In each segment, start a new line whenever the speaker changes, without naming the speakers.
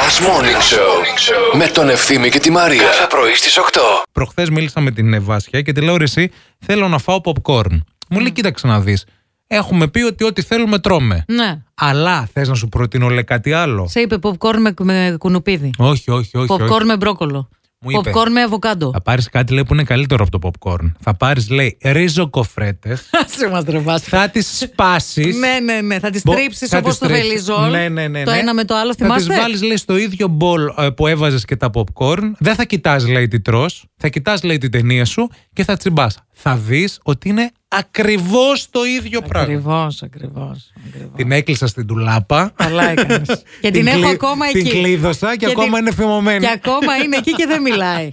Last Morning Show με τον Ευθύμη και τη Μαρία. Κάθε πρωί στις 8.
Προχθές μίλησα με την Βάσια και τη λέω ρε, εσύ, θέλω να φάω popcorn. Μου λέει, κοίταξε να δεις. Έχουμε πει ότι ό,τι θέλουμε τρώμε.
Ναι.
Αλλά θες να σου προτείνω λέει κάτι άλλο.
Σε είπε popcorn με, με κουνουπίδι.
Όχι, όχι, όχι.
popcorn
όχι.
με μπρόκολο.
Μου είπε.
Popcorn με αβοκάντο.
Θα πάρεις κάτι λέει, που είναι καλύτερο από το popcorn. Θα πάρεις, λέει, ρίζο κοφρέτες.
Σε μας τρεβά.
θα τις σπάσεις.
Ναι, ναι, ναι. Θα τις
Μπο-
τρίψεις
θα
όπως
τις
το
τρίψεις.
βελιζόλ.
Ναι, ναι, ναι,
Το
ναι.
ένα με το άλλο,
Θα
θυμάστε.
τι βάλεις, λέει, στο ίδιο μπολ ε, που έβαζες και τα popcorn. Δεν θα κοιτάς, λέει, τι τρώ. Θα κοιτάς, λέει, την ταινία σου και θα τσιμπάς. Θα δεις ότι είναι ακριβώς το ίδιο πράγμα.
Ακριβώς, ακριβώς.
Την έκλεισα στην τουλάπα.
Καλά έκανες. Και την έχω ακόμα εκεί.
Την κλείδωσα και, ακόμα
την-
είναι θυμωμένη.
Και ακόμα είναι εκεί και δεν μιλάει.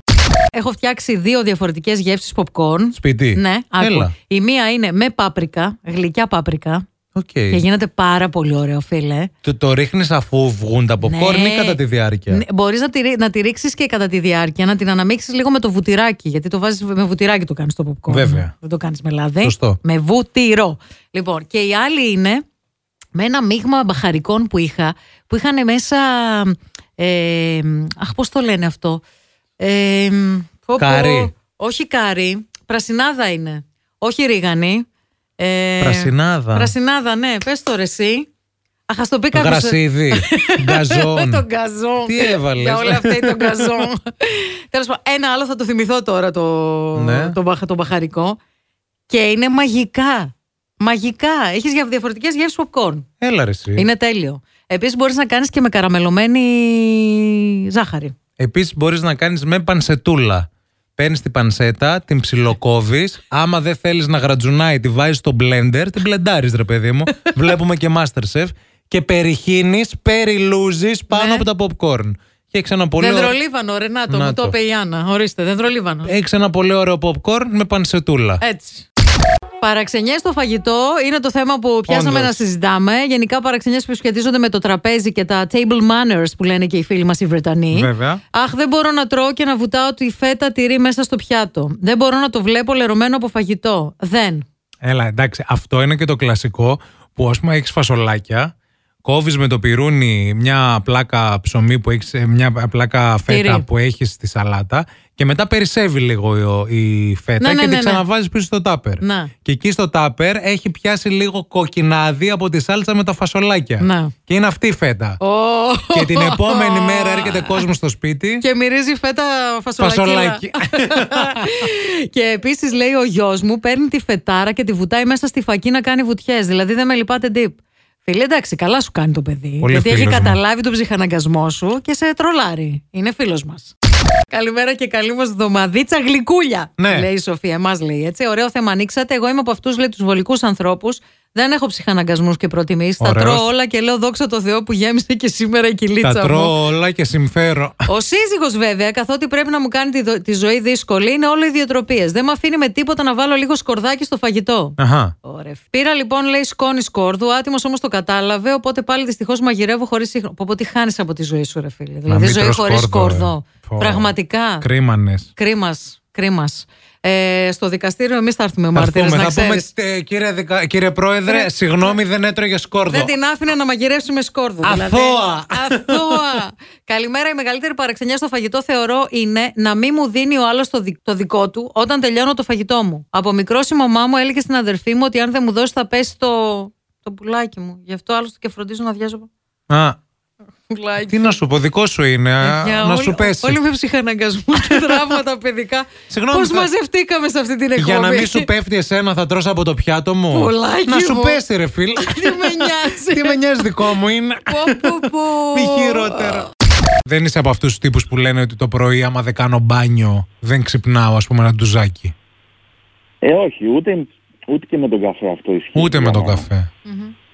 Έχω φτιάξει δύο διαφορετικές γεύσεις popcorn.
Σπίτι.
Ναι, άκου.
Έλα.
Η μία είναι με πάπρικα, γλυκιά πάπρικα.
Οκ.
Και γίνεται πάρα πολύ ωραίο, φίλε.
Το, το ρίχνεις αφού βγουν τα popcorn ή κατά τη διάρκεια.
Μπορεί Ναι. να τη, ρί- να τη ρίξεις και κατά τη διάρκεια, να την αναμίξεις λίγο με το βουτυράκι. Γιατί το βάζεις με βουτυράκι το κάνεις το popcorn.
Βέβαια.
Δεν το κάνεις με λάδι.
Σωστό.
Με βουτυρό. Λοιπόν, και η άλλη είναι με ένα μείγμα μπαχαρικών που είχα, που είχαν μέσα. Ε, αχ, πώς το λένε αυτό. Ε, πω, πω.
Καρύ.
όχι καρύ. Πρασινάδα είναι. Όχι ρίγανη. Ε,
Πρασινάδα.
Πρασινάδα, ναι. Πες το ρε, εσύ. Αχ, ας το πει κάποιος-
Γρασίδι.
με
Γκαζόν.
τον καζόν.
Τι έβαλες?
Για όλα αυτά ή τον καζόν. Τέλος πάντων, ένα άλλο θα το θυμηθώ τώρα το,
Ναι.
το, μπαχα- το μπαχαρικό. Και είναι μαγικά. Μαγικά. Έχεις για διαφορετικές γεύσεις popcorn.
Έλα ρε εσύ.
Είναι τέλειο. Επίσης, μπορείς να κάνεις και με καραμελωμένη ζάχαρη.
Επίσης, μπορείς να κάνεις με πανσετούλα. Παίρνεις την πανσέτα, την ψιλοκόβεις. Άμα δεν θέλεις να γρατζουνάει, τη βάζεις στο blender, την μπλεντάρει, ρε παιδί μου. Βλέπουμε και Masterchef. Και περιχύνεις, περιλούζεις πάνω
Ναι.
από τα popcorn. Και έχει ένα πολύ ωραίο.
Δεντρολίβανο, Ρενάτο,
Να
μου το
το.
είπε η Άννα. Ορίστε, δεντρολίβανο.
Έχεις ένα πολύ ωραίο popcorn με πανσετούλα.
Έτσι. Παραξενιές στο φαγητό είναι το θέμα που πιάσαμε
Όντως.
να συζητάμε. Γενικά, παραξενιές που σχετίζονται με το τραπέζι και τα table manners που λένε και οι φίλοι μας οι Βρετανοί.
Βέβαια.
Αχ, δεν μπορώ να τρώω και να βουτάω τη φέτα τυρί μέσα στο πιάτο. Δεν μπορώ να το βλέπω λερωμένο από φαγητό. Δεν.
Έλα, εντάξει, αυτό είναι και το κλασικό που ας πούμε έχεις φασολάκια, κόβεις με το πυρούνι μια πλάκα ψωμί που έχεις, ε, μια πλάκα φέτα
Τυρί.
που έχεις στη σαλάτα και μετά περισσεύει λίγο ο- η φέτα
Ναι, ναι,
και
ναι,
τη
ναι.
ξαναβάζεις πίσω στο τάπερ.
Να.
Και εκεί στο τάπερ έχει πιάσει λίγο κοκκινάδι από τη σάλτσα με τα φασολάκια.
Να.
Και είναι αυτή η φέτα.
Ω.
Και την επόμενη μέρα έρχεται κόσμος στο σπίτι.
Και μυρίζει φέτα φασολακίλα.
Φασολάκι.
και επίσης λέει ο γιος μου παίρνει τη φετάρα και τη βουτάει μέσα στη φακή να κάνει βουτιές. Δηλαδή δεν με λυπάται ντύπ. Φίλε, εντάξει, καλά σου κάνει το παιδί.
Πολύ
γιατί έχει
φίλος μου.
καταλάβει τον ψυχαναγκασμό σου και σε τρολάρει. Είναι φίλος μας. Καλημέρα και καλή μας εβδομαδίτσα γλυκούλια.
Ναι.
Λέει η Σοφία, εμά λέει έτσι. Ωραίο θέμα ανοίξατε. Εγώ είμαι από αυτούς, λέει, τους βολικούς ανθρώπους. Δεν έχω ψυχαναγκασμούς και προτιμήσεις. Τα
Ωραίος.
τρώω όλα και λέω δόξα τω Θεώ που γέμισε και σήμερα η κυλίτσα
Τα
μου.
τρώω όλα και συμφέρω.
Ο σύζυγος, βέβαια, καθότι πρέπει να μου κάνει τη, δο- τη ζωή δύσκολη, είναι όλο ιδιοτροπίες. Δεν με αφήνει με τίποτα να βάλω λίγο σκορδάκι στο φαγητό.
Αχα.
Ωραία. Πήρα λοιπόν, λέει, σκόνη σκόρδου. Άτιμος όμως το κατάλαβε, οπότε πάλι δυστυχώς μαγειρεύω χωρίς σύγχρονο. Πω, πω, τι χάνεις από τη ζωή σου, ρε φίλε. Δηλαδή,
μην
ζωή
τρως
χωρίς
σκόρδο, ρε.
σκόρδο.
Πω.
Πραγματικά.
Κρίμανες.
Κρίμας. Κρίμα. Ε, στο δικαστήριο εμείς θα έρθουμε
Θα
μάρτυρε
έρθουμε,
να
θα πούμε,
ξέρεις.
«Τε, κύριε, δικα- κύριε Πρόεδρε, συγγνώμη, δεν έτρωγε σκόρδο.
Δεν την άφηνε να μαγειρεύσει με σκόρδο. δηλαδή.
Αθώα.
Αθώα. Καλημέρα. Η μεγαλύτερη παραξενιά στο φαγητό θεωρώ είναι να μην μου δίνει ο άλλος το, δι- το δικό του όταν τελειώνω το φαγητό μου. Από μικρό η μαμά μου έλεγε στην αδερφή μου ότι αν δεν μου δώσει θα πέσει το, το πουλάκι μου. Γι' αυτό άλλωστε και φροντίζω να διάζω
Α,
πουλάκι.
τι να σου πω, δικό σου είναι, α,
Για
να
όλη-
σου πέσει.
Όλοι με ψυχαναγκασμούς και τραύματα παιδικά.
Συγγνώμη,
Πώς
θα-
μαζευτήκαμε σε αυτή την εκπομπή.
Για να μην σου πέφτει εσένα, θα τρως από το πιάτο μου.
Πουλάκι
να σου
μου.
πέσει, ρε φίλ.
Τι με νοιάζει.
τι με νοιάζει, δικό μου είναι.
Πω, πω, πω.
Μη χειρότερα. Δεν είσαι από αυτούς τους τύπους που λένε ότι το πρωί, άμα δεν κάνω μπάνιο, δεν ξυπνάω, ας πούμε, ένα ντουζάκι.
Ε, όχι, ούτε, ούτε και με τον καφέ αυτό ισχύει.
Ούτε με
Για
τον
να-
καφέ.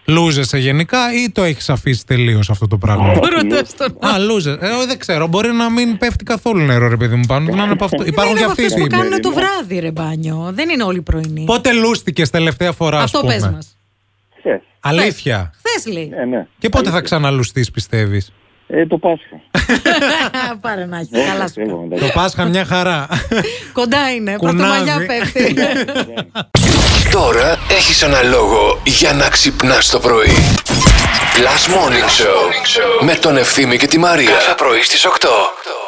Λούζεσαι γενικά ή το έχεις αφήσει τελείως αυτό το πράγμα.
Ρωτάς τον
Α, λούζε. Ε, δεν ξέρω. Μπορεί να μην πέφτει καθόλου νερό, ρε παιδί μου, πάνω. Να είναι από αυτό. Υπάρχουν
είναι
και
από
αυτοί οι
αυτούς που
τύποι.
κάνουν το βράδυ ρε μπάνιο. Δεν είναι όλοι πρωινοί.
Πότε λούστηκες τελευταία φορά, ας
Αυτό
πούμε.
πες μας.
Χθες.
Αλήθεια.
Χθες λέει.
Ναι, ναι.
Και πότε θα ξαναλουστείς, πιστεύεις.
Ε, το Πάσχα. Ε,
Πάρε να
Ναι,
έχει. Καλά σου.
Εγώ, εντάξει.
Το Πάσχα μια χαρά.
Κοντά είναι.
Κουνάβι.
Πρωτομαγιά πέφτει.
Τώρα έχεις ένα λόγο για να ξυπνάς το πρωί. Last Morning Show με τον Ευθύμη και τη Μαρία. Κάθε πρωί στις 8.